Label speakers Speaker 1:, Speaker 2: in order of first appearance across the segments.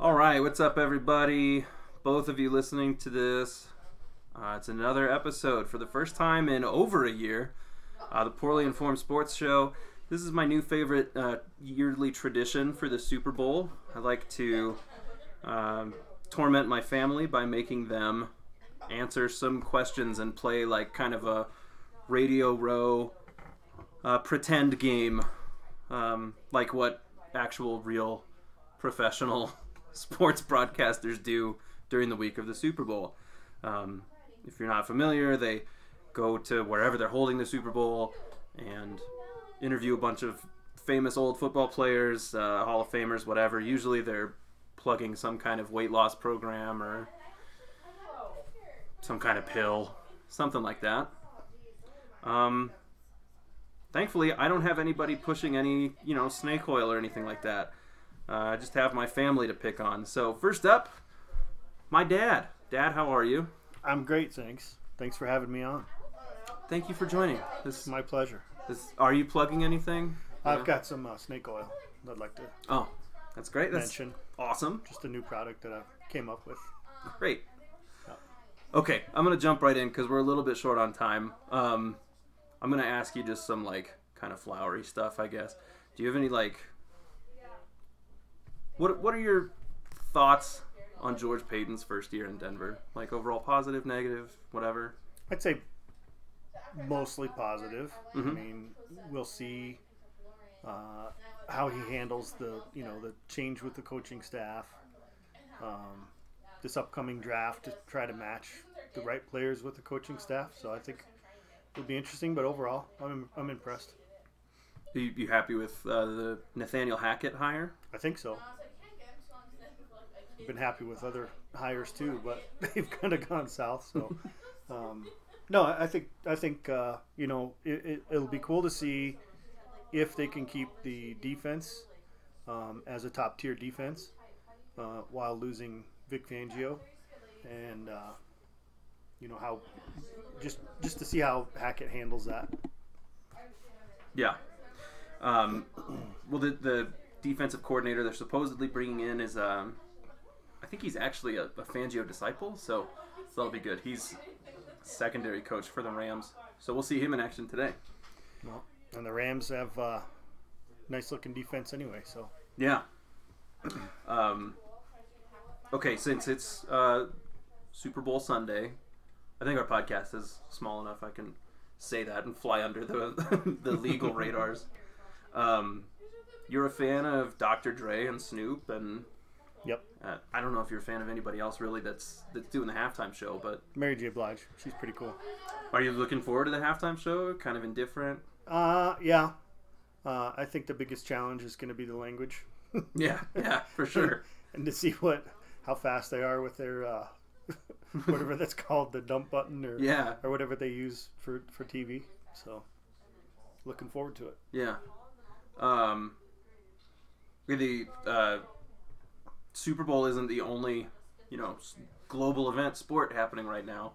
Speaker 1: right, what's up, everybody? Both of you listening to this. Uh, it's another episode for the first time in over a year. Uh, the Poorly Informed Sports Show. This is my new favorite uh, yearly tradition for the Super Bowl. I like to um, torment my family by making them answer some questions and play like kind of a radio row uh, pretend game, um, like what actual real professional sports broadcasters do during the week of the Super Bowl. Um, if you're not familiar, they go to wherever they're holding the Super Bowl and interview a bunch of famous old football players, uh, Hall of Famers, whatever. Usually they're plugging some kind of weight loss program or some kind of pill, something like that. Um, thankfully, I don't have anybody pushing any, you know, snake oil or anything like that. Uh, I just have my family to pick on. So first up, my dad. Dad, how are you?
Speaker 2: I'm great, thanks. Thanks for having me on.
Speaker 1: Thank you for joining. This,
Speaker 2: My pleasure.
Speaker 1: this are you plugging anything?
Speaker 2: I've got some uh, snake oil that I'd like to
Speaker 1: Oh, that's great. That's
Speaker 2: mention.
Speaker 1: awesome.
Speaker 2: Just a new product that I came up with.
Speaker 1: Great. Okay, I'm gonna jump right in because we're a little bit short on time. Um, I'm gonna ask you just some like kind of flowery stuff, I guess. Do you have any like what What are your thoughts on George Payton's first year in Denver? Like overall, positive, negative, whatever.
Speaker 2: I'd say mostly positive. I
Speaker 1: Mhm.
Speaker 2: mean, we'll see uh, how he handles the you know the change with the coaching staff. Um, this upcoming draft to try to match the right players with the coaching staff. So I think it'll be interesting. But overall, I'm I'm impressed.
Speaker 1: Are you, you happy with uh, the Nathaniel Hackett hire?
Speaker 2: I think so. been happy with other hires too, but they've kind of gone south. So, um, no, I I think I think uh, you know it, it, it'll be cool to see if they can keep the defense um, as a top tier defense uh, while losing Vic Fangio, and uh, you know how just just to see how Hackett handles that.
Speaker 1: Yeah. Um, well, the, the defensive coordinator they're supposedly bringing in is, um, I think he's actually a, a Fangio disciple, so that'll be good. He's secondary coach for the Rams, so we'll see him in action today.
Speaker 2: Well, and the Rams have uh, nice looking defense anyway, so
Speaker 1: Yeah. Um, okay, since it's uh, Super Bowl Sunday, I think our podcast is small enough I can say that and fly under the the legal radars. Um, you're a fan of Dr. Dre and Snoop, and
Speaker 2: yep.
Speaker 1: uh, I don't know if you're a fan of anybody else really that's that's doing the halftime show. But
Speaker 2: Mary J. Blige, she's pretty cool.
Speaker 1: are you looking forward to the halftime show? Kind of indifferent.
Speaker 2: Uh, yeah. Uh, I think the biggest challenge is going to be the language,
Speaker 1: Yeah, yeah, for sure.
Speaker 2: and to see what how fast they are with their uh, whatever that's called the dump button or
Speaker 1: Yeah,
Speaker 2: or whatever they use for for TV. So, looking forward to it.
Speaker 1: Yeah. Um, the uh, Super Bowl isn't the only, you know, s- global event sport happening right now.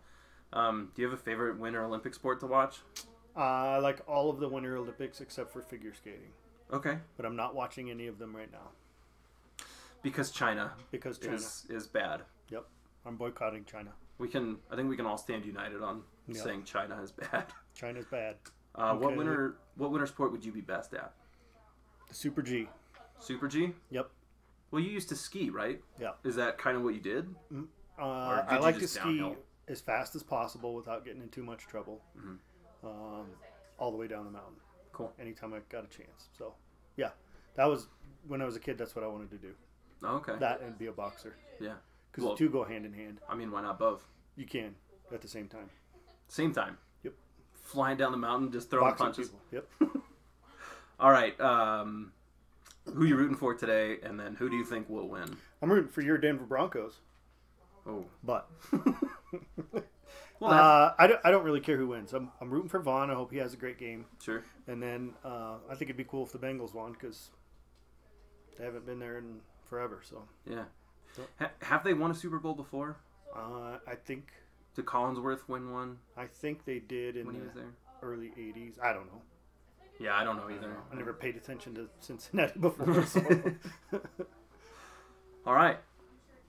Speaker 1: Um, do you have a favorite winter Olympic sport to watch?
Speaker 2: Uh, I like all of the Winter Olympics except for figure skating,
Speaker 1: Okay.
Speaker 2: but I'm not watching any of them right now
Speaker 1: Because China,
Speaker 2: because China.
Speaker 1: is is bad.
Speaker 2: Yep, I'm boycotting China.
Speaker 1: We can, I think we can all stand united on
Speaker 2: Yeah.
Speaker 1: saying China is bad.
Speaker 2: China's bad.
Speaker 1: Uh, What
Speaker 2: Okay.
Speaker 1: winter, what winter sport would you be best at?
Speaker 2: The Super G.
Speaker 1: Super G.
Speaker 2: Yep.
Speaker 1: Well, you used to ski, right?
Speaker 2: Yeah.
Speaker 1: Is that kind of what you did?
Speaker 2: Uh,
Speaker 1: Or did
Speaker 2: I
Speaker 1: you
Speaker 2: like to
Speaker 1: just
Speaker 2: ski
Speaker 1: downhill?
Speaker 2: as fast as possible without getting in too much trouble,
Speaker 1: Mm-hmm.
Speaker 2: um, all the way down the mountain
Speaker 1: Cool.
Speaker 2: anytime I got a chance. So, yeah, that was when I was a kid. That's what I wanted to do.
Speaker 1: Oh, okay.
Speaker 2: That and be a boxer
Speaker 1: yeah.
Speaker 2: because
Speaker 1: Well-
Speaker 2: the two go hand in hand.
Speaker 1: I mean, why not both?
Speaker 2: You can at the same time.
Speaker 1: Same time.
Speaker 2: Yep.
Speaker 1: Flying down the mountain, just throwing
Speaker 2: Boxing
Speaker 1: punches.
Speaker 2: people. Yep.
Speaker 1: All right. Um, who you rooting for today, and then who do you think will win?
Speaker 2: I'm rooting for your Denver Broncos,
Speaker 1: Oh,
Speaker 2: but
Speaker 1: well, that's
Speaker 2: uh, I, don't, I don't really care who wins. I'm, I'm rooting for Vaughn. I hope he has a great game.
Speaker 1: sure.
Speaker 2: And then uh, I think it'd be cool if the Bengals won because they haven't been there in forever. So
Speaker 1: Yeah. Ha- have they won a Super Bowl before?
Speaker 2: uh, I think
Speaker 1: Did Collinsworth win one
Speaker 2: I think they did in
Speaker 1: when he
Speaker 2: the
Speaker 1: was there?
Speaker 2: early '80s. I don't know.
Speaker 1: Yeah, I don't know either.
Speaker 2: I never paid attention to Cincinnati before. so.
Speaker 1: All right.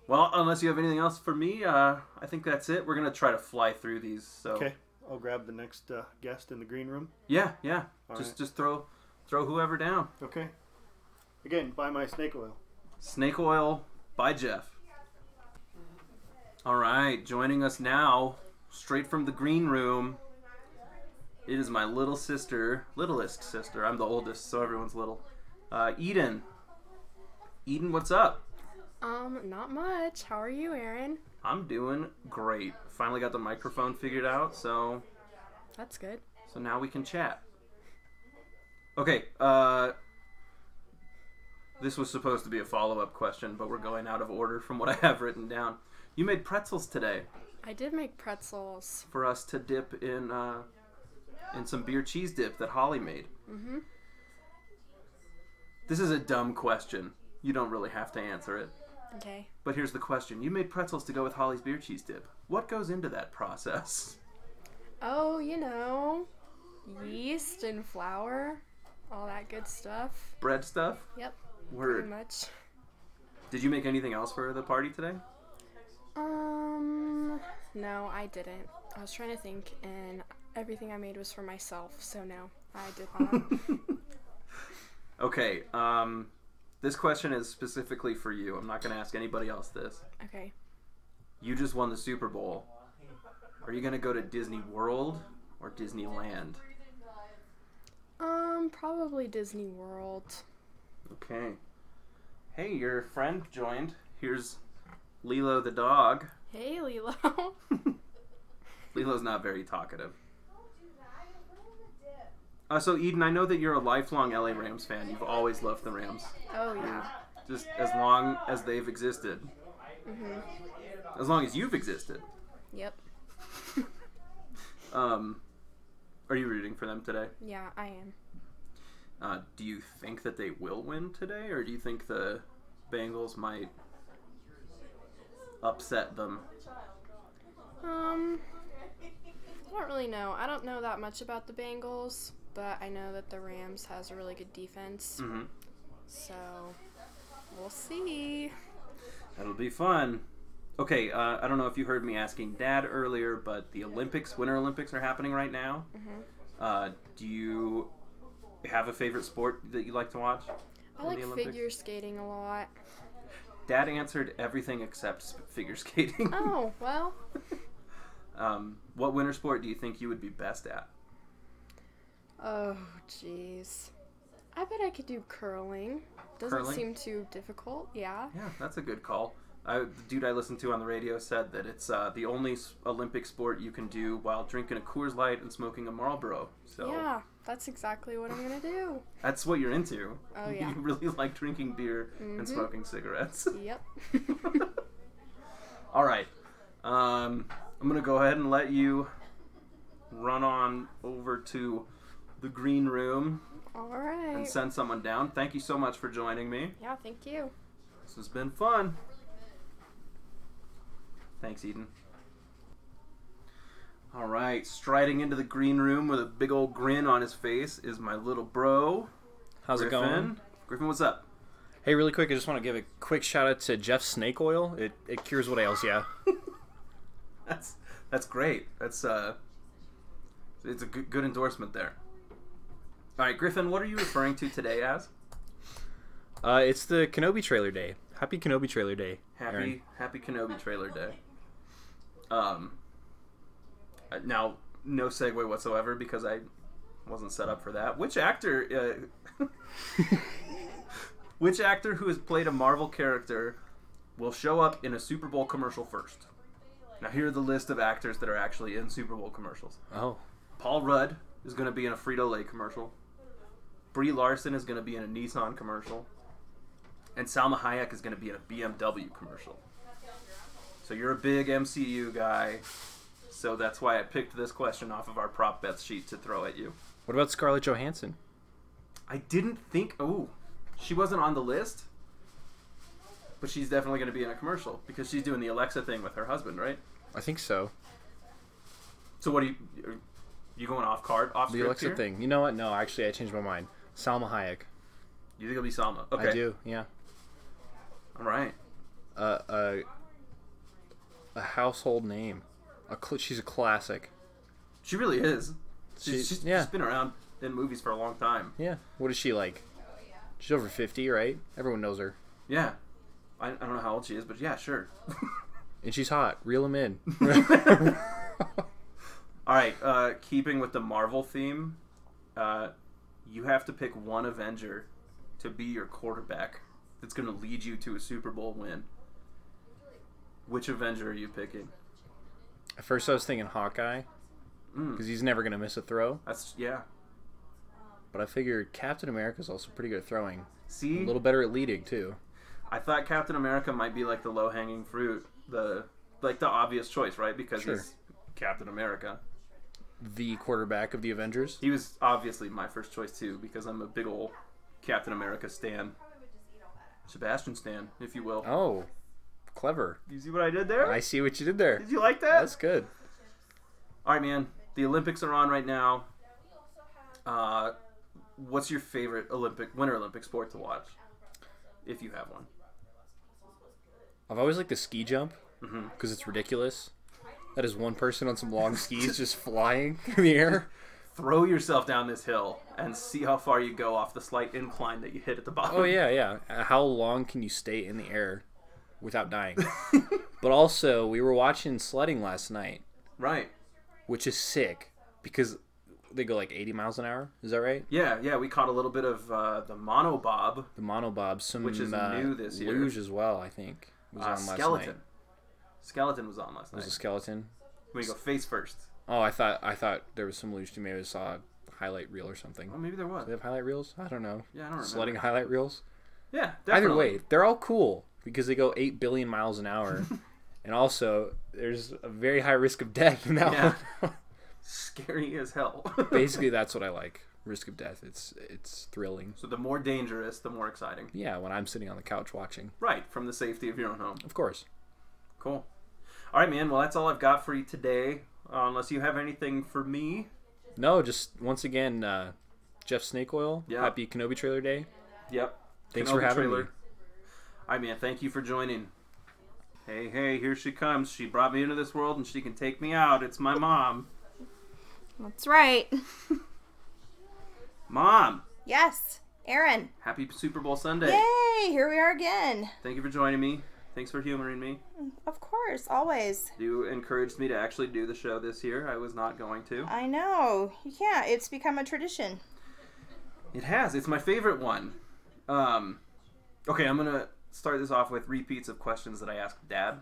Speaker 1: Well, unless you have anything else for me, uh, I think that's it. We're gonna try to fly through these. So
Speaker 2: Okay, I'll grab the next uh, guest in the green room.
Speaker 1: yeah, yeah.
Speaker 2: All
Speaker 1: just
Speaker 2: right.
Speaker 1: just throw throw whoever down.
Speaker 2: Okay. Again, buy my snake oil.
Speaker 1: Snake Oil by Jeff. All right, joining us now, straight from the green room. It is my little sister, littlest sister. I'm the oldest, so everyone's little. Uh, Eden. Eden, what's up?
Speaker 3: Um, not much. How are you, Aaron?
Speaker 1: I'm doing great. Finally got the microphone figured out, so
Speaker 3: That's good.
Speaker 1: so now we can chat. Okay, uh this was supposed to be a follow-up question, but we're going out of order from what I have written down. You made pretzels today
Speaker 3: I did make pretzels.
Speaker 1: for us to dip in uh in some beer cheese dip that Holly made.
Speaker 3: Mhm.
Speaker 1: This is a dumb question. You don't really have to answer it.
Speaker 3: Okay.
Speaker 1: But here's the question. You made pretzels to go with Holly's beer cheese dip. What goes into that process?
Speaker 3: Oh, you know, yeast and flour, all that good stuff.
Speaker 1: Bread stuff?
Speaker 3: Yep. Pretty
Speaker 1: Word.
Speaker 3: much.
Speaker 1: Did you make anything else for the party today?
Speaker 3: Um, no, I didn't. I was trying to think, and everything I made was for myself, so no, I did not.
Speaker 1: okay, um, this question is specifically for you. I'm not going to ask anybody else this.
Speaker 3: okay.
Speaker 1: You just won the Super Bowl. Are you going to go to Disney World or Disneyland?
Speaker 3: Um, probably Disney World.
Speaker 1: Okay. Hey, your friend joined. Here's Lilo the dog.
Speaker 3: Hey, Lilo. Oh,
Speaker 1: Lilo's not very talkative. Uh, so, Eden, I know that you're a lifelong LA Rams fan. You've always loved the Rams.
Speaker 3: oh yeah.
Speaker 1: just as long as they've existed,
Speaker 3: Mhm.
Speaker 1: as long as you've existed.
Speaker 3: Yep.
Speaker 1: Um, are you rooting for them today?
Speaker 3: Yeah, I am.
Speaker 1: Uh, do you think that they will win today, or do you think the Bengals might upset them?
Speaker 3: Um, I don't really know. I don't know that much about the Bengals, but I know that the Rams has a really good defense.
Speaker 1: Mm-hmm.
Speaker 3: So we'll see.
Speaker 1: That'll be fun. Okay, uh, I don't know if you heard me asking Dad earlier, but the Olympics, Winter Olympics, are happening right now.
Speaker 3: Mhm.
Speaker 1: Uh, do you have a favorite sport that you like to watch?
Speaker 3: I
Speaker 1: In
Speaker 3: like
Speaker 1: the Olympics?
Speaker 3: figure skating a lot.
Speaker 1: Dad answered everything except sp- figure skating.
Speaker 3: Oh well,
Speaker 1: Um, what winter sport do you think you would be best at?
Speaker 3: oh jeez. I bet I could do curling. Doesn't
Speaker 1: Curling?
Speaker 3: seem too difficult. Yeah.
Speaker 1: Yeah, that's a good call. I, the dude I listened to on the radio said that it's uh, the only s- Olympic sport you can do while drinking a Coors Light and smoking a Marlboro. So
Speaker 3: Yeah, that's exactly what I'm gonna do.
Speaker 1: that's what you're into.
Speaker 3: Oh, yeah.
Speaker 1: you really like drinking beer
Speaker 3: Mhm.
Speaker 1: and smoking cigarettes.
Speaker 3: Yep.
Speaker 1: All right, um, I'm gonna go ahead and let you run on over to the green room
Speaker 3: All
Speaker 1: and
Speaker 3: right.
Speaker 1: send someone down. Thank you so much for joining me.
Speaker 3: Yeah. Thank you.
Speaker 1: This has been fun. Thanks, Eden. All right, striding into the green room with a big old grin on his face is my little bro.
Speaker 4: How's
Speaker 1: Griffin.
Speaker 4: it going?
Speaker 1: Griffin, what's up?
Speaker 4: Hey, really quick, I just want to give a quick shout out to Jeff's snake oil. It, it cures what ails you.
Speaker 1: That's that's great. That's uh, it's a good, good endorsement there. All right, Griffin, what are you referring to today as?
Speaker 4: Uh, it's the Kenobi trailer day. Happy Kenobi trailer day.
Speaker 1: Happy
Speaker 4: Aaron.
Speaker 1: Happy Kenobi trailer day. Um. uh, Now, no segue whatsoever because I wasn't set up for that. Which actor? Uh, which actor who has played a Marvel character will show up in a Super Bowl commercial first? Now, here are the list of actors that are actually in Super Bowl commercials.
Speaker 4: Oh,
Speaker 1: Paul Rudd is going to be in a Frito Lay commercial. Brie Larson is going to be in a Nissan commercial. And Salma Hayek is going to be in a BMW commercial. So you're a big MCU guy. So that's why I picked this question off of our prop bets sheet to throw at you.
Speaker 4: what about Scarlett Johansson?
Speaker 1: I didn't think. Oh, she wasn't on the list. But she's definitely going to be in a commercial because she's doing the Alexa thing with her husband, right?
Speaker 4: I think so.
Speaker 1: So what do you. Are you going off card? Off
Speaker 4: The
Speaker 1: script
Speaker 4: Alexa
Speaker 1: here?
Speaker 4: thing. You know what? No, actually, I changed my mind. Salma Hayek.
Speaker 1: You think it'll be Salma? Okay.
Speaker 4: I do. Yeah.
Speaker 1: All right.
Speaker 4: Uh, uh, household name. A cl- she's a classic.
Speaker 1: She really is.
Speaker 4: She-
Speaker 1: She's, she's,
Speaker 4: yeah.
Speaker 1: she's been around in movies for a long time.
Speaker 4: Yeah. What is she like? She's over 50, right? Everyone knows her.
Speaker 1: Yeah. I, I don't know how old she is, but yeah, sure.
Speaker 4: And she's hot. Reel them in.
Speaker 1: All right. Uh, keeping with the Marvel theme, uh, you have to pick one Avenger to be your quarterback that's going to lead you to a Super Bowl win. Which Avenger are you picking?
Speaker 4: At first, I was thinking Hawkeye
Speaker 1: Mm,
Speaker 4: because he's never going to miss a throw.
Speaker 1: that's yeah.
Speaker 4: But I figured Captain America's also pretty good at throwing. A
Speaker 1: See,
Speaker 4: little better at leading, too.
Speaker 1: I thought Captain America might be like the low hanging fruit, the like the obvious choice, right? Because
Speaker 4: Sure.
Speaker 1: he's Captain America.
Speaker 4: The quarterback of the Avengers.
Speaker 1: He was obviously my first choice too, because I'm a big ol' Captain America stan, Sebastian stan, if you will.
Speaker 4: Oh, clever.
Speaker 1: You see what I did there?
Speaker 4: I see what you did there.
Speaker 1: Did you like that?
Speaker 4: That's good.
Speaker 1: All right, man. The Olympics are on right now. Uh, what's your favorite Olympic Winter Olympic sport to watch, if you have one?
Speaker 4: I've always liked the ski jump because
Speaker 1: Mhm.
Speaker 4: it's ridiculous. That is one person on some long skis just flying in the air.
Speaker 1: Throw yourself down this hill and see how far you go off the slight incline that you hit at the bottom.
Speaker 4: Oh yeah, yeah. Uh, How long can you stay in the air without dying? but also, we were watching sledding last night,
Speaker 1: Right.
Speaker 4: which is sick because they go like 80 miles an hour. Is that right?
Speaker 1: Yeah, yeah. We caught a little bit of uh, the monobob
Speaker 4: The monobob, some
Speaker 1: Which is
Speaker 4: uh,
Speaker 1: new this year.
Speaker 4: luge as well. I think was
Speaker 1: uh,
Speaker 4: on last
Speaker 1: skeleton.
Speaker 4: night.
Speaker 1: Skeleton was on last
Speaker 4: It was a
Speaker 1: night.
Speaker 4: skeleton.
Speaker 1: We go face first.
Speaker 4: Oh, I thought I thought there was some luge. too. Maybe I saw a highlight reel or something.
Speaker 1: Oh, maybe there was.
Speaker 4: Do they have highlight reels? I don't know.
Speaker 1: Yeah, I don't remember.
Speaker 4: Sledding highlight reels.
Speaker 1: Yeah, definitely.
Speaker 4: Either way, they're all cool because they go eight billion miles an hour, and also there's a very high risk of death in that
Speaker 1: Yeah.
Speaker 4: one.
Speaker 1: scary as hell.
Speaker 4: Basically, that's what I like. Risk of death. It's it's thrilling.
Speaker 1: so the more dangerous, the more exciting.
Speaker 4: Yeah, when I'm sitting on the couch watching,
Speaker 1: Right, from the safety of your own home.
Speaker 4: of course.
Speaker 1: Cool. All right, man. Well, that's all I've got for you today. Uh, unless you have anything for me,
Speaker 4: No, just once again, uh, Jeff Snake Oil.
Speaker 1: Yeah.
Speaker 4: Happy Kenobi Trailer Day.
Speaker 1: Yep.
Speaker 4: Thanks for having me.
Speaker 1: All right, man. Thank you for joining. Hey, hey, here she comes. She brought me into this world and she can take me out. It's my mom.
Speaker 5: That's right.
Speaker 1: Mom,
Speaker 5: Yes, Aaron.
Speaker 1: happy Super Bowl Sunday.
Speaker 5: Yay! Here we are again.
Speaker 1: Thank you for joining me. Thanks for humoring me.
Speaker 5: Of course, always.
Speaker 1: You encouraged me to actually do the show this year. I was not going to.
Speaker 5: I know. You can't. It's become a tradition.
Speaker 1: It has. It's my favorite one. Um, okay, I'm gonna start this off with repeats of questions that I asked Dad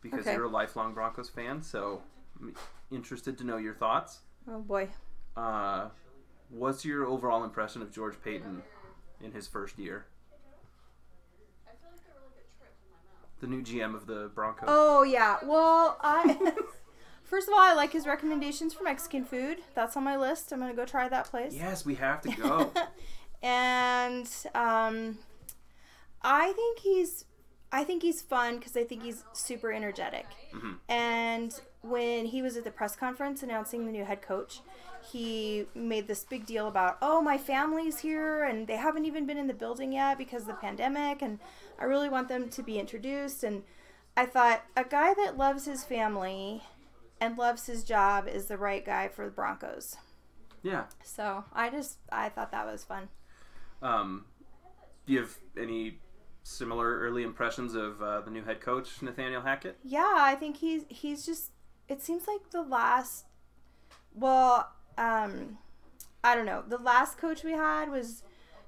Speaker 1: because
Speaker 5: Okay.
Speaker 1: you're a lifelong Broncos fan. So I'm interested to know your thoughts.
Speaker 5: Oh boy.
Speaker 1: Uh, what's your overall impression of George Payton in his first year? The new GM of the Broncos.
Speaker 5: Oh yeah. Well, I. First of all, I like his recommendations for Mexican food. That's on my list. I'm gonna go try that place.
Speaker 1: Yes, we have to go.
Speaker 5: and um, I think he's I think he's fun because I think he's super energetic. And when he was at the press conference announcing the new head coach, he made this big deal about, oh, my family's here and they haven't even been in the building yet because of the pandemic, and I really want them to be introduced. And I thought, a guy that loves his family and loves his job is the right guy for the Broncos.
Speaker 1: yeah.
Speaker 5: So I just I thought that was fun.
Speaker 1: Um, do you have any similar early impressions of uh, the new head coach Nathaniel Hackett?
Speaker 5: Yeah, I think he's he's just. It seems like the last, well, um, I don't know. The last coach we had was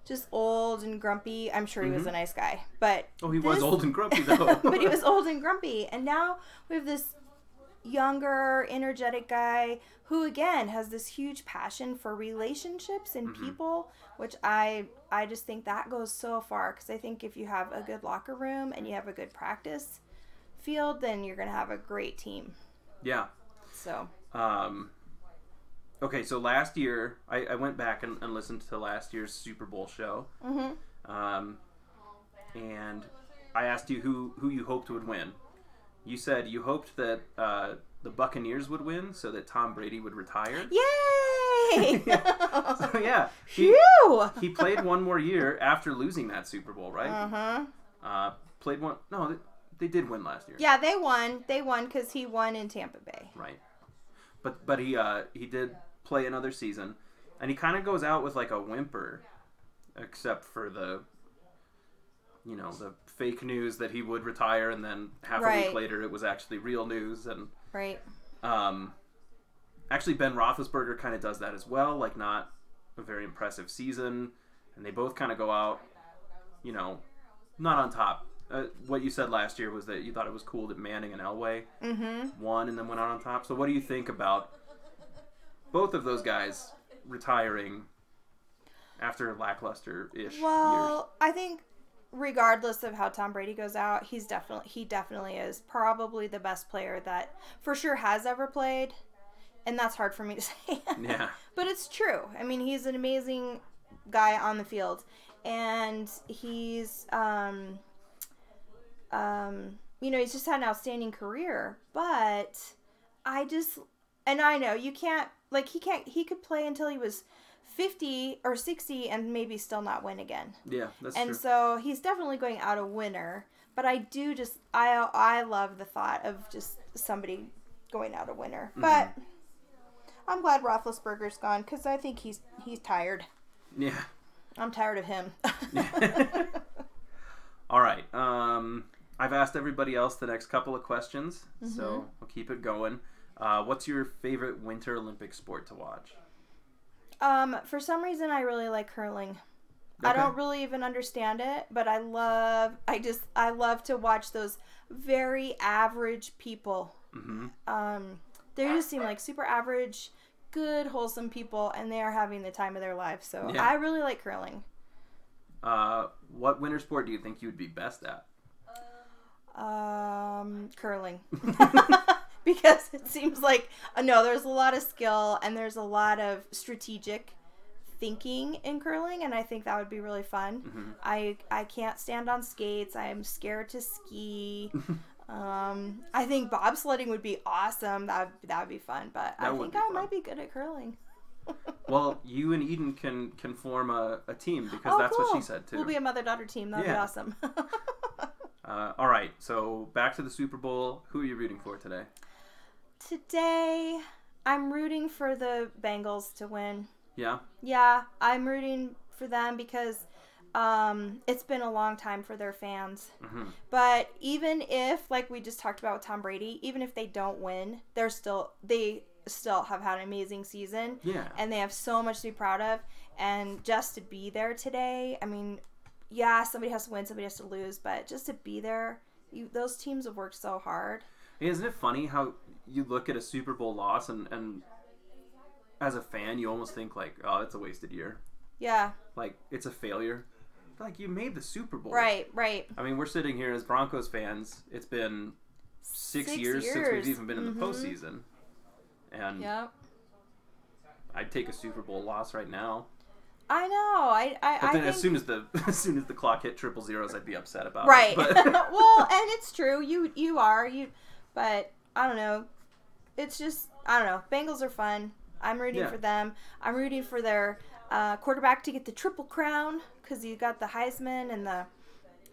Speaker 5: just old and grumpy. I'm sure he was a nice guy, but
Speaker 1: Oh, he was
Speaker 5: this-
Speaker 1: old and grumpy though.
Speaker 5: but he was old and grumpy, and now we have this younger, energetic guy who again has this huge passion for relationships and people, which I I just think that goes so far because I think if you have a good locker room and you have a good practice field, then you're gonna have a great team.
Speaker 1: Yeah.
Speaker 5: So
Speaker 1: Um, okay, so last year I, I went back and, and listened to last year's Super Bowl show,
Speaker 5: Mhm.
Speaker 1: um, and I asked you who who you hoped would win. You said you hoped that uh, the Buccaneers would win so that Tom Brady would retire.
Speaker 5: yay!
Speaker 1: So, yeah, he,
Speaker 5: Phew!
Speaker 1: he played one more year after losing that Super Bowl, right?
Speaker 5: Uh huh.
Speaker 1: Uh, played one. No, th- they did win last year.
Speaker 5: Yeah, they won. They won because he won in Tampa Bay.
Speaker 1: Right. But but he uh he did play another season, and he kind of goes out with like a whimper, except for the. You know the fake news that he would retire, and then half a
Speaker 5: Right.
Speaker 1: week later it was actually real news, and
Speaker 5: Right.
Speaker 1: Um, actually, Ben Roethlisberger kind of does that as well. Like, not a very impressive season, and they both kind of go out, you know, not on top. Uh, what you said last year was that you thought it was cool that Manning and Elway
Speaker 5: Mm-hmm.
Speaker 1: won and then went out on top. So, what do you think about both of those guys retiring after lackluster-ish years?
Speaker 5: Well, I think regardless of how Tom Brady goes out, he's definitely he definitely is probably the best player that for sure has ever played. And that's hard for me to say.
Speaker 1: Yeah,
Speaker 5: but it's true. I mean, he's an amazing guy on the field, and he's um, um, you know, he's just had an outstanding career. But I just, and I know you can't like he can't he could play until he was fifty or sixty and maybe still not win again.
Speaker 1: yeah, that's
Speaker 5: And
Speaker 1: true.
Speaker 5: so he's definitely going out a winner. But I do just I I love the thought of just somebody going out a winner.
Speaker 1: Mm-hmm.
Speaker 5: But I'm glad Roethlisberger's gone because I think he's he's tired.
Speaker 1: yeah.
Speaker 5: I'm tired of him.
Speaker 1: All right. Um, I've asked everybody else the next couple of questions,
Speaker 5: Mm-hmm.
Speaker 1: so we'll keep it going. Uh, what's your favorite Winter Olympic sport to watch?
Speaker 5: um, for some reason, I really like curling. I
Speaker 1: Okay.
Speaker 5: don't really even understand it, but I love. I just I love to watch those very average people.
Speaker 1: Mm-hmm.
Speaker 5: Um, they just seem like super average, good, wholesome people, and they are having the time of their lives. So
Speaker 1: Yeah.
Speaker 5: I really like curling.
Speaker 1: Uh, what winter sport do you think you would be best at?
Speaker 5: Um, curling. because it seems like uh, no, there's a lot of skill and there's a lot of strategic thinking in curling and I think that would be really fun.
Speaker 1: Mm-hmm.
Speaker 5: I I can't stand on skates. I'm scared to ski. um, I think bobsledding would be awesome. That that would be fun, but I
Speaker 1: That would
Speaker 5: think
Speaker 1: be
Speaker 5: I
Speaker 1: fun.
Speaker 5: might be good at curling.
Speaker 1: Well, you and Eden can can form a, a team because
Speaker 5: Oh,
Speaker 1: that's what
Speaker 5: cool.
Speaker 1: she said too.
Speaker 5: We'll be a mother-daughter team. That'd be
Speaker 1: Yeah.
Speaker 5: awesome.
Speaker 1: uh, all right. So back to the Super Bowl. Who are you rooting for today?
Speaker 5: Today I'm rooting for the Bengals to win.
Speaker 1: Yeah.
Speaker 5: Yeah, I'm rooting for them because um, it's been a long time for their fans.
Speaker 1: Mhm.
Speaker 5: But even if, like we just talked about with Tom Brady, even if they don't win, they're still they still have had an amazing season,
Speaker 1: Yeah.
Speaker 5: and they have so much to be proud of. And just to be there today, I mean, yeah, somebody has to win, somebody has to lose, but just to be there, you, those teams have worked so hard.
Speaker 1: Isn't it funny how you look at a Super Bowl loss and and as a fan you almost think like, oh, it's a wasted year.
Speaker 5: Yeah,
Speaker 1: like it's a failure. Like you made the Super Bowl.
Speaker 5: right, right.
Speaker 1: I mean, we're sitting here as Broncos fans. It's been six,
Speaker 5: Six
Speaker 1: years, since
Speaker 5: years. Mm-hmm.
Speaker 1: we've even been in the postseason, and
Speaker 5: Yep.
Speaker 1: I'd take a Super Bowl loss right now.
Speaker 5: I know. I I,
Speaker 1: But
Speaker 5: I
Speaker 1: then
Speaker 5: think...
Speaker 1: as soon as the as soon as the clock hit triple zeros, I'd be upset about
Speaker 5: right
Speaker 1: it. Uh, But
Speaker 5: well and it's true you you are you but i don't know it's just i don't know bengals are fun i'm rooting
Speaker 1: Yeah.
Speaker 5: for them i'm rooting for their uh, quarterback to get the triple crown because you got the heisman and the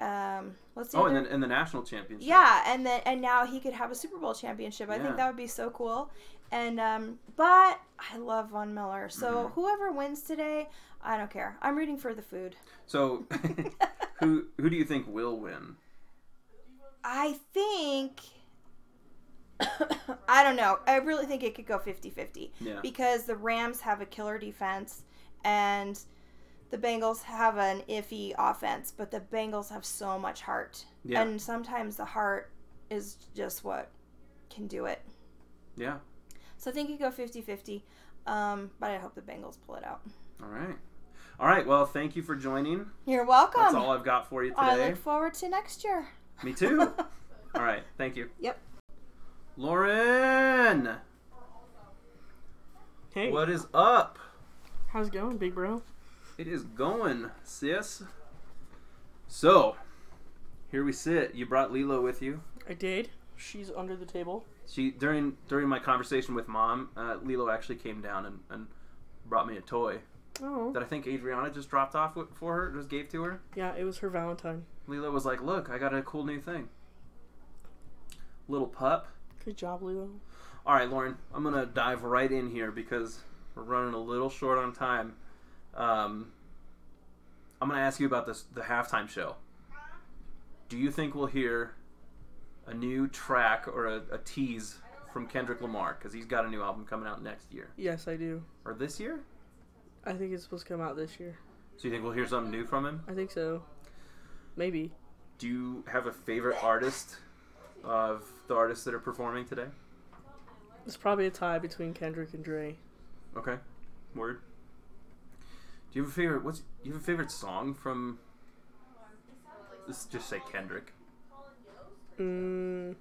Speaker 5: um what's the
Speaker 1: oh, and
Speaker 5: other?
Speaker 1: then and the national championship.
Speaker 5: yeah and then and now he could have a super bowl championship i
Speaker 1: Yeah.
Speaker 5: think that would be so cool and um but i love von miller so
Speaker 1: Mm-hmm.
Speaker 5: whoever wins today i don't care i'm rooting for the food
Speaker 1: So, who who do you think will win?
Speaker 5: I think I don't know. I really think it could go 50-50
Speaker 1: Yeah.
Speaker 5: because the Rams have a killer defense and the Bengals have an iffy offense, but the Bengals have so much heart.
Speaker 1: Yeah.
Speaker 5: And sometimes the heart is just what can do it.
Speaker 1: Yeah.
Speaker 5: So I think it could go 50-50. Um, but I hope the Bengals pull it out.
Speaker 1: All right. All right. Well, thank you for joining.
Speaker 5: You're welcome.
Speaker 1: That's all I've got for you
Speaker 5: I
Speaker 1: today.
Speaker 5: look forward to next year.
Speaker 1: Me too. all right. Thank you.
Speaker 5: Yep.
Speaker 1: Lauren,
Speaker 6: Hey,
Speaker 1: what is up?
Speaker 6: how's it going, big bro?
Speaker 1: It is going, sis. So, here we sit. You brought Lilo with you.
Speaker 6: I did. She's under the table.
Speaker 1: She during during my conversation with mom, uh, Lilo actually came down and, and brought me a toy
Speaker 6: Oh.
Speaker 1: that I think Adriana just dropped off wi- for her, just gave to her.
Speaker 6: Yeah, it was her Valentine.
Speaker 1: Lilo was like, "Look, I got a cool new thing." little pup.
Speaker 6: Good job, Lilo.
Speaker 1: All right, Lauren, I'm gonna dive right in here because we're running a little short on time. Um, I'm gonna ask you about this the halftime show. Do you think we'll hear a new track or a, a tease from Kendrick Lamar because he's got a new album coming out next year
Speaker 6: Yes, I do.
Speaker 1: or this year?
Speaker 6: I think it's supposed to come out this year.
Speaker 1: So you think we'll hear something new from him?
Speaker 6: I think so. Maybe.
Speaker 1: Do you have a favorite artist of the artists that are performing today?
Speaker 6: It's probably a tie between Kendrick and Dre.
Speaker 1: Okay, word. Do you have a favorite? What's you have a favorite song from? Let's just say Kendrick.
Speaker 6: Mm,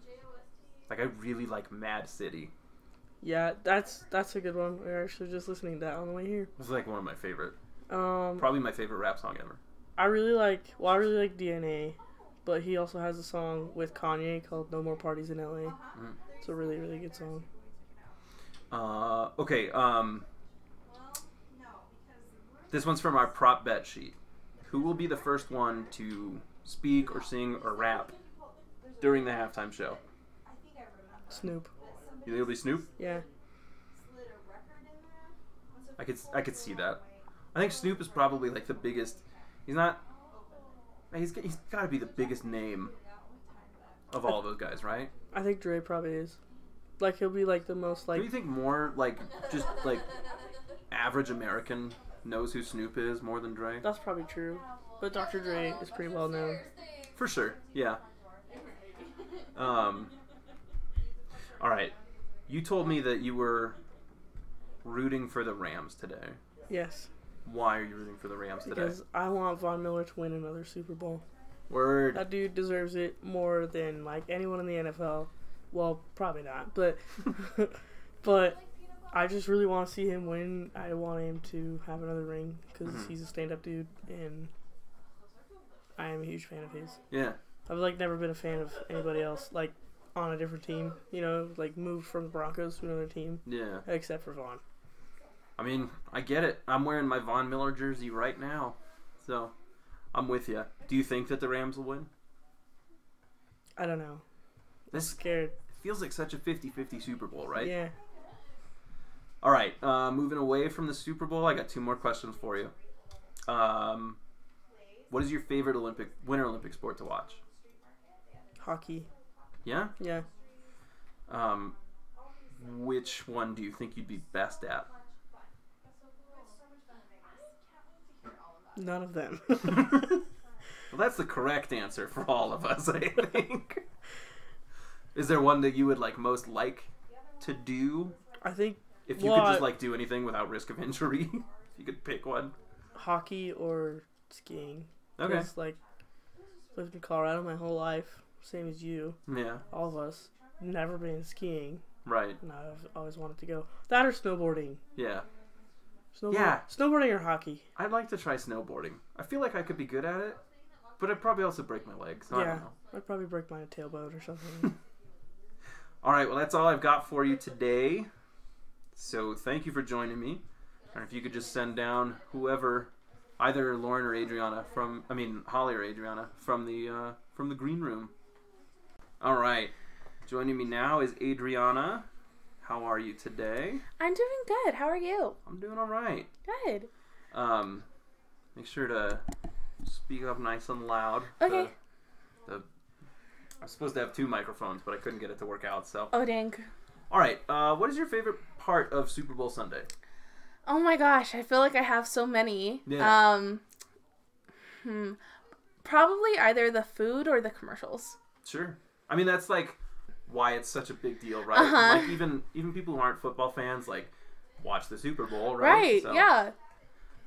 Speaker 1: Like I really like Mad City.
Speaker 6: yeah, that's that's a good one. We are actually just listening to that on the way here.
Speaker 1: It's like one of my favorite,
Speaker 6: Um,
Speaker 1: probably my favorite rap song ever.
Speaker 6: I really like. Well, I really like DNA, but he also has a song with Kanye called "No More Parties in LA." It's a really really good song.
Speaker 1: Uh, okay. Um, this one's from our prop bet sheet. Who will be the first one to speak or sing or rap during the halftime show?
Speaker 6: Snoop.
Speaker 1: You think it'll be Snoop?
Speaker 6: Yeah,
Speaker 1: I could I could see that. I think Snoop is probably like the biggest. He's not. He's he's got to be the biggest name of all those guys, right?
Speaker 6: I think Dre probably is. Like he'll be like the most
Speaker 1: Do
Speaker 6: like
Speaker 1: you think more like just like average American knows who Snoop is more than Dre?
Speaker 6: That's probably true. But Dr. Dre is pretty well known.
Speaker 1: For sure, yeah. Um. All right, you told me that you were rooting for the Rams today.
Speaker 6: Yes,
Speaker 1: Why are you rooting for the Rams today?
Speaker 6: because I want Von Miller to win another Super Bowl.
Speaker 1: Word.
Speaker 6: That dude deserves it more than like anyone in the NFL. Well, probably not, but but I just really want to see him win. I want him to have another ring because he's a stand-up dude, and I am a huge fan of his.
Speaker 1: Yeah.
Speaker 6: I've like never been a fan of anybody else like on a different team. You know, like moved from the Broncos to another team,
Speaker 1: Yeah.
Speaker 6: except for Von.
Speaker 1: I mean, I get it. I'm wearing my Von Miller jersey right now, so I'm with you. Do you think that the Rams will win?
Speaker 6: I don't know.
Speaker 1: This
Speaker 6: Scared.
Speaker 1: feels like such a 50-50 Super Bowl, right?
Speaker 6: Yeah.
Speaker 1: All right. Uh, moving away from the Super Bowl, I got two more questions for you. Um, what is your favorite Olympic Winter Olympic sport to watch?
Speaker 6: Hockey.
Speaker 1: Yeah.
Speaker 6: Yeah.
Speaker 1: Um, which one do you think you'd be best at?
Speaker 6: None of them.
Speaker 1: Well, that's the correct answer for all of us, I think. is there one that you would like most like to do
Speaker 6: I think
Speaker 1: If you
Speaker 6: Well,
Speaker 1: could just
Speaker 6: I-
Speaker 1: like do anything without risk of injury, if you could pick one.
Speaker 6: hockey or skiing.
Speaker 1: Okay.
Speaker 6: 'Cause, like lived in Colorado my whole life, same as you,
Speaker 1: Yeah.
Speaker 6: all of us. Never been skiing,
Speaker 1: Right.
Speaker 6: and I've always wanted to go. That or snowboarding.
Speaker 1: Yeah.
Speaker 6: Snowboard-
Speaker 1: Yeah.
Speaker 6: Snowboarding or hockey.
Speaker 1: I'd like to try snowboarding. I feel like I could be good at it, but I'd probably also break my legs. so I
Speaker 6: yeah.
Speaker 1: don't know.
Speaker 6: I'd probably break my tailbone or something.
Speaker 1: All right. Well, that's all I've got for you today. So thank you for joining me. And if you could just send down whoever, either Lauren or Adriana from, I mean Holly or Adriana from the uh, from the green room. All right. Joining me now is Adriana. How are you today?
Speaker 3: I'm doing good. How are you?
Speaker 1: I'm doing all right.
Speaker 3: Good.
Speaker 1: Um, make sure to speak up nice and loud.
Speaker 3: Okay.
Speaker 1: The, the, I'm supposed to have two microphones, but I couldn't get it to work out. So,
Speaker 3: Oh dang.
Speaker 1: all right. Uh, what is your favorite part of Super Bowl Sunday?
Speaker 3: Oh my gosh, I feel like I have so many.
Speaker 1: Yeah.
Speaker 3: Um hmm. Probably either the food or the commercials.
Speaker 1: Sure. I mean, that's like why it's such a big deal, right?
Speaker 3: Uh-huh.
Speaker 1: Like even even people who aren't football fans like watch the Super Bowl, right?
Speaker 3: Right.
Speaker 1: So,
Speaker 3: Yeah.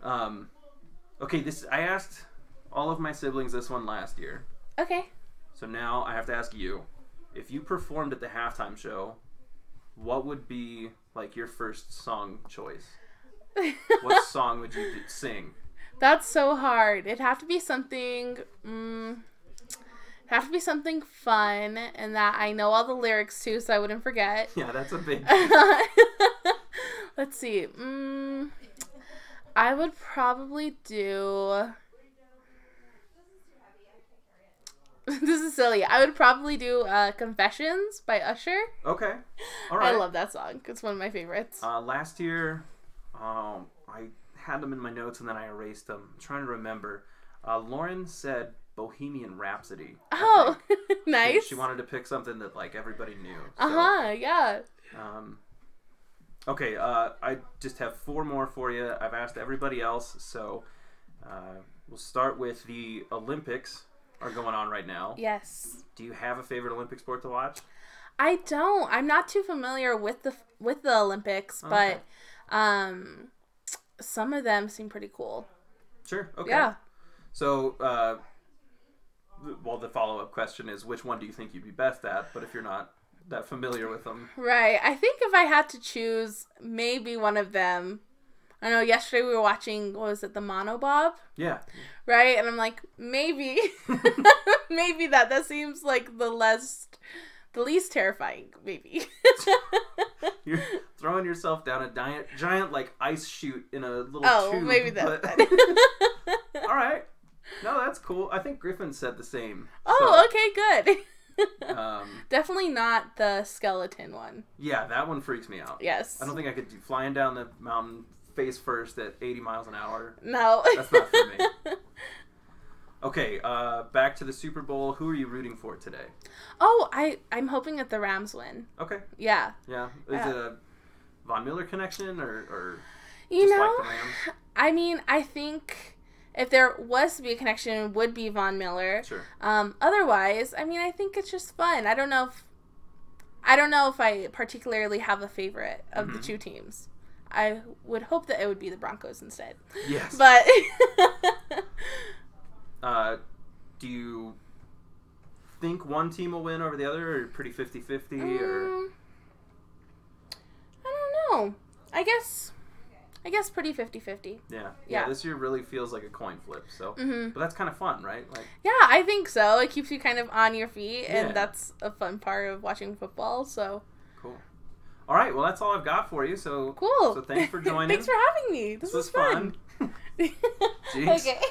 Speaker 1: Um, okay. This I asked all of my siblings this one last year.
Speaker 3: Okay.
Speaker 1: So now I have to ask you, if you performed at the halftime show, what would be like your first song choice? What song would you d- sing?
Speaker 3: That's so hard. It'd have to be something mm, it'd have to be something fun and that I know all the lyrics to so I wouldn't forget.
Speaker 1: Yeah, that's a big.
Speaker 3: Let's see. Mm, I would probably do. this is silly. I would probably do uh, "Confessions" by Usher.
Speaker 1: Okay. All right.
Speaker 3: I love that song. It's one of my favorites.
Speaker 1: Uh, last year, um, I had them in my notes and then I erased them. I'm trying to remember. Uh, Lauren said Bohemian Rhapsody. I
Speaker 3: oh,
Speaker 1: think. She-
Speaker 3: nice.
Speaker 1: She wanted to pick something that like everybody knew. so,
Speaker 3: uh huh. Yeah.
Speaker 1: Um, okay. Uh, I just have four more for you. I've asked everybody else, so uh, we'll start with the Olympics are going on right now.
Speaker 5: Yes.
Speaker 1: Do you have a favorite Olympic sport to watch?
Speaker 3: I don't. I'm not too familiar with the with the Olympics, but
Speaker 1: Okay.
Speaker 3: um, some of them seem pretty cool.
Speaker 1: Sure. Okay.
Speaker 3: Yeah.
Speaker 1: So, uh, th- well, the follow up question is which one do you think you'd be best at? But if you're not that familiar with them,
Speaker 3: Right. I think if I had to choose, maybe one of them. I know yesterday we were watching, what was it, the monobob?
Speaker 1: yeah.
Speaker 3: Right? And I'm like, maybe. maybe that. That seems like the less, the least terrifying, maybe.
Speaker 1: You're throwing yourself down a giant, giant like ice chute in a little
Speaker 3: oh,
Speaker 1: tube.
Speaker 3: maybe that's
Speaker 1: but-
Speaker 3: that.
Speaker 1: All right. No, that's cool. I think Griffin said the same.
Speaker 3: oh, okay,
Speaker 1: So,
Speaker 3: good.
Speaker 1: um,
Speaker 3: Definitely not the skeleton one.
Speaker 1: yeah, that one freaks me out.
Speaker 3: Yes.
Speaker 1: I don't think I could do flying down the mountain face first at 80 miles an hour.
Speaker 3: no.
Speaker 1: That's not for me. Okay, uh, back to the Super Bowl. Who are you rooting for today?
Speaker 3: oh, I I'm hoping that the Rams win.
Speaker 1: Okay.
Speaker 3: Yeah.
Speaker 1: Yeah. Is
Speaker 3: Yeah.
Speaker 1: it a Von Miller connection or, or
Speaker 3: Uh, You
Speaker 1: just
Speaker 3: know,
Speaker 1: like the Rams?
Speaker 3: I mean, I think if there was to be a connection, it would be Von Miller.
Speaker 1: Sure.
Speaker 3: Um, otherwise, I mean, I think it's just fun. I don't know if I don't know if I particularly have a favorite of the
Speaker 1: Mhm.
Speaker 3: two teams. I would hope that it would be the Broncos instead.
Speaker 1: Yes.
Speaker 3: But
Speaker 1: uh, do you think one team will win over the other or pretty 50 50? Or...
Speaker 3: um, I don't know. I guess I guess pretty 50-50.
Speaker 1: Yeah. yeah.
Speaker 3: yeah.
Speaker 1: This year really feels like a coin flip. So,
Speaker 3: Mhm.
Speaker 1: but that's kind of fun, right? Like,
Speaker 3: Yeah, I think so. It keeps you kind of on your feet, and
Speaker 1: Yeah.
Speaker 3: that's a fun part of watching football. So
Speaker 1: cool. All right. Well, that's all I've got for you. So,
Speaker 3: cool.
Speaker 1: So thanks for joining.
Speaker 3: thanks for having me. This,
Speaker 1: this
Speaker 3: was
Speaker 1: was fun.
Speaker 3: fun.
Speaker 1: Jeez.
Speaker 3: okay.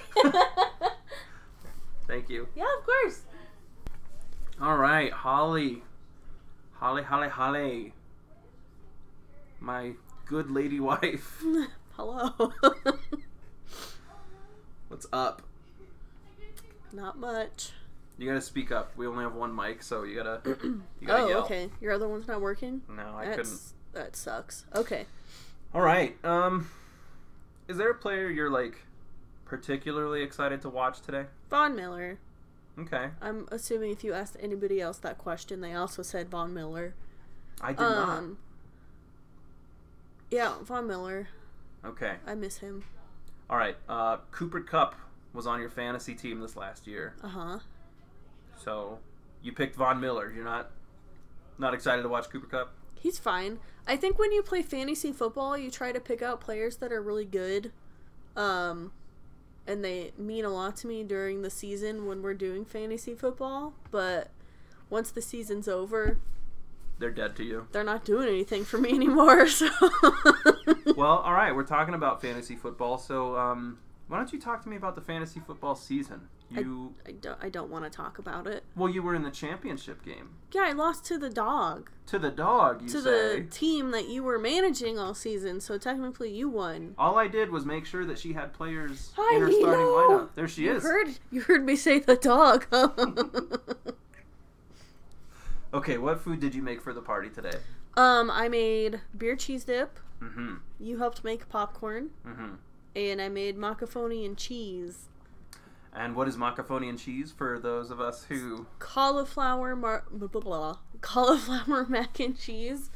Speaker 1: Thank you.
Speaker 3: yeah, of course.
Speaker 1: All right, Holly. Holly, Holly, Holly. My good lady wife.
Speaker 7: Hello.
Speaker 1: What's up?
Speaker 7: Not much.
Speaker 1: You gotta speak up. We only have one mic, so you gotta. You gotta
Speaker 7: Oh,
Speaker 1: yell.
Speaker 7: okay. Your other one's not working?
Speaker 1: No, I couldn't.
Speaker 7: That's, that sucks. Okay.
Speaker 1: All right. Um, is there a player you're like particularly excited to watch today?
Speaker 7: Von Miller.
Speaker 1: Okay,
Speaker 7: I'm assuming if you asked anybody else that question, they also said Von Miller.
Speaker 1: I did
Speaker 7: Um. Yeah, Von Miller.
Speaker 1: not. Okay.
Speaker 7: I miss him.
Speaker 1: All right. Uh, Cooper Cup was on your fantasy team this last year,
Speaker 7: Uh huh.
Speaker 1: so you picked Von Miller. You're not not excited to watch Cooper Cup.
Speaker 7: He's fine. I think when you play fantasy football, you try to pick out players that are really good, um, and they mean a lot to me during the season when we're doing fantasy football. But once the season's over,
Speaker 1: They're dead to you.
Speaker 7: they're not doing anything for me anymore. So,
Speaker 1: Well, all right. We're talking about fantasy football, so um, why don't you talk to me about the fantasy football season? You
Speaker 7: I don't. I don't want to talk about it.
Speaker 1: well, you were in the championship game
Speaker 7: Yeah, I lost to the dog,
Speaker 1: to the dog. You
Speaker 7: to
Speaker 1: say.
Speaker 7: the team that you were managing all season. So technically, you won.
Speaker 1: All I did was make sure that she had players
Speaker 7: Hi,
Speaker 1: in her
Speaker 7: Nino.
Speaker 1: starting lineup. There she
Speaker 7: You
Speaker 1: is.
Speaker 7: heard. You heard me say the dog. huh?
Speaker 1: Okay, what food did you make for the party today?
Speaker 7: Um, I made beer cheese dip.
Speaker 1: Mm-hmm.
Speaker 7: You helped make popcorn,
Speaker 1: Mm-hmm.
Speaker 7: and I made macaroni and cheese,
Speaker 1: And what is macaroni and cheese for those of us who?
Speaker 7: cauliflower mar- blah, blah, blah, cauliflower mac and cheese.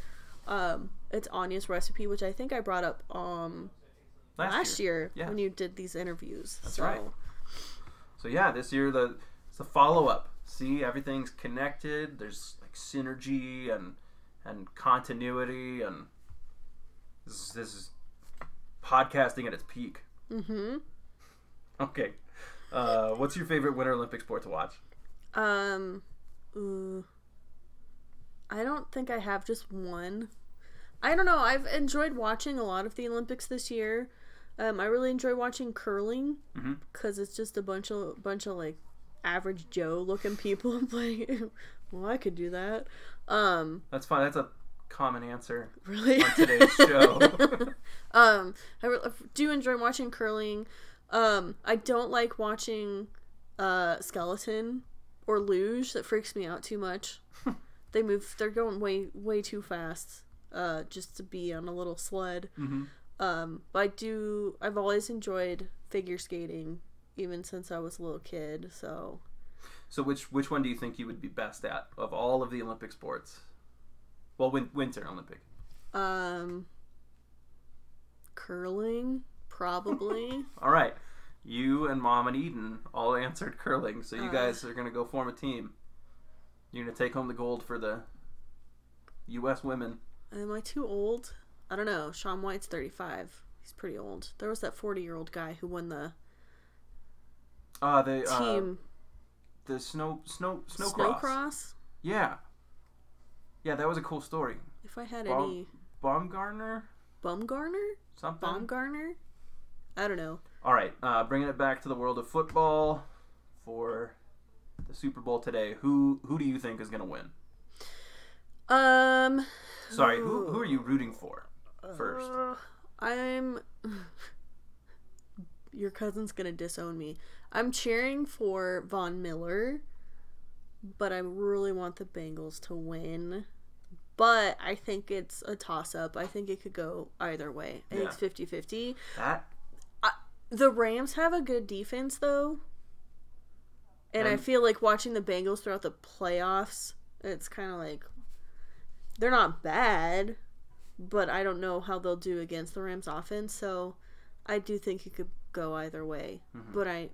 Speaker 7: Um, it's Anya's recipe, which I think I brought up um last, year,
Speaker 1: Yeah.
Speaker 7: when you did these interviews.
Speaker 1: That's
Speaker 7: so.
Speaker 1: right. So yeah, this year the it's the follow up. See, everything's connected. There's like synergy and and continuity and this is, this is podcasting at its peak.
Speaker 7: Mm-hmm.
Speaker 1: Okay. Uh, what's your favorite Winter Olympic sport to watch?
Speaker 7: Um, ooh. I don't think I have just one. I don't know. I've enjoyed watching a lot of the Olympics this year. Um, I really enjoy watching curling.
Speaker 1: Mhm.
Speaker 7: because it's just a bunch of bunch of like average Joe looking people. I'm like, well, I could do that. Um,
Speaker 1: That's fine. That's a common answer
Speaker 7: really.
Speaker 1: on today's show.
Speaker 7: um, I re- I do enjoy watching curling. Um, I don't like watching uh skeleton or luge. That freaks me out too much. they move. They're going way way too fast. Uh, just to be on a little sled.
Speaker 1: Mhm.
Speaker 7: Um, but I do. I've always enjoyed figure skating, even since I was a little kid. So
Speaker 1: so which which one do you think you would be best at of all of the Olympic sports? Well, win- winter Olympic.
Speaker 7: Um, curling, probably.
Speaker 1: All right. You and mom and Eden all answered curling, so you
Speaker 7: Uh.
Speaker 1: guys are going to go form a team. You're going to take home the gold for the U.S. women.
Speaker 7: Am I too old? I don't know. Sean White's 35. He's pretty old. There was that 40 year old guy who won the
Speaker 1: Uh, the uh,
Speaker 7: team
Speaker 1: the snow snow snow,
Speaker 7: snowcross.
Speaker 1: cross. Yeah, yeah, that was a cool story.
Speaker 7: If I had
Speaker 1: Bom-
Speaker 7: any
Speaker 1: Baumgartner
Speaker 7: Bumgarner?
Speaker 1: something.
Speaker 7: Baumgarner? I don't know.
Speaker 1: all right, uh, bringing it back to the world of football for the Super Bowl today. Who who do you think is going to win?
Speaker 7: Um,
Speaker 1: Sorry, who who are you rooting for
Speaker 7: Uh,
Speaker 1: first?
Speaker 7: I'm. Your cousin's gonna disown me. I'm cheering for Von Miller, but I really want the Bengals to win. But I think it's a toss up. I think it could go either way. I think it's 50 50.
Speaker 1: That
Speaker 7: The Rams have a good defense, though. And I
Speaker 1: And-
Speaker 7: feel like watching the Bengals throughout the playoffs, it's kind of like they're not bad, but I don't know how they'll do against the Rams offense. So I do think it could go either way. But I,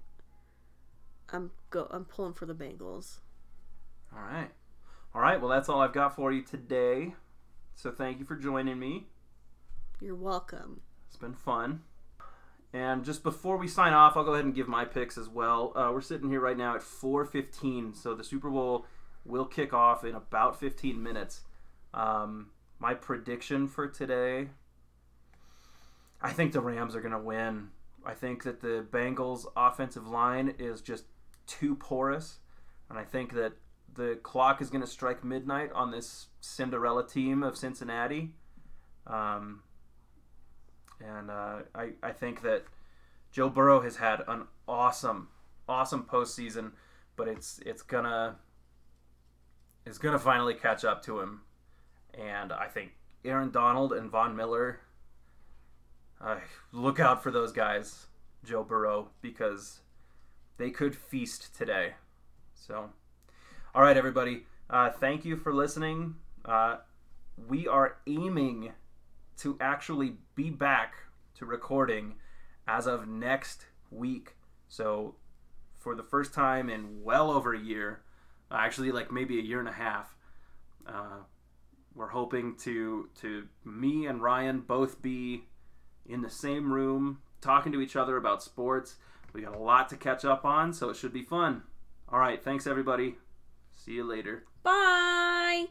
Speaker 7: I'm go, I'm pulling for the Bengals.
Speaker 1: All right. All right. Well, that's all I've got for you today. So thank you for joining me.
Speaker 7: You're welcome.
Speaker 1: It's been fun. And just before we sign off, I'll go ahead and give my picks as well. Uh, we're sitting here right now at 4:15, so the Super Bowl will kick off in about 15 minutes. Um, my prediction for today: I think the Rams are going to win. I think that the Bengals' offensive line is just too porous, and I think that the clock is going to strike midnight on this Cinderella team of Cincinnati. Um, and uh, I, I think that Joe Burrow has had an awesome, awesome postseason, but it's it's gonna it's gonna finally catch up to him, and I think Aaron Donald and Von Miller, uh, look out for those guys, Joe Burrow, because they could feast today. So, all right, everybody, uh, thank you for listening. Uh, we are aiming to actually be back to recording as of next week. So, for the first time in well over a year, uh, actually like maybe a year and a half, uh, we're hoping to to me and Ryan both be in the same room talking to each other about sports. We got a lot to catch up on, so it should be fun. All right, thanks everybody. See you later.
Speaker 7: Bye.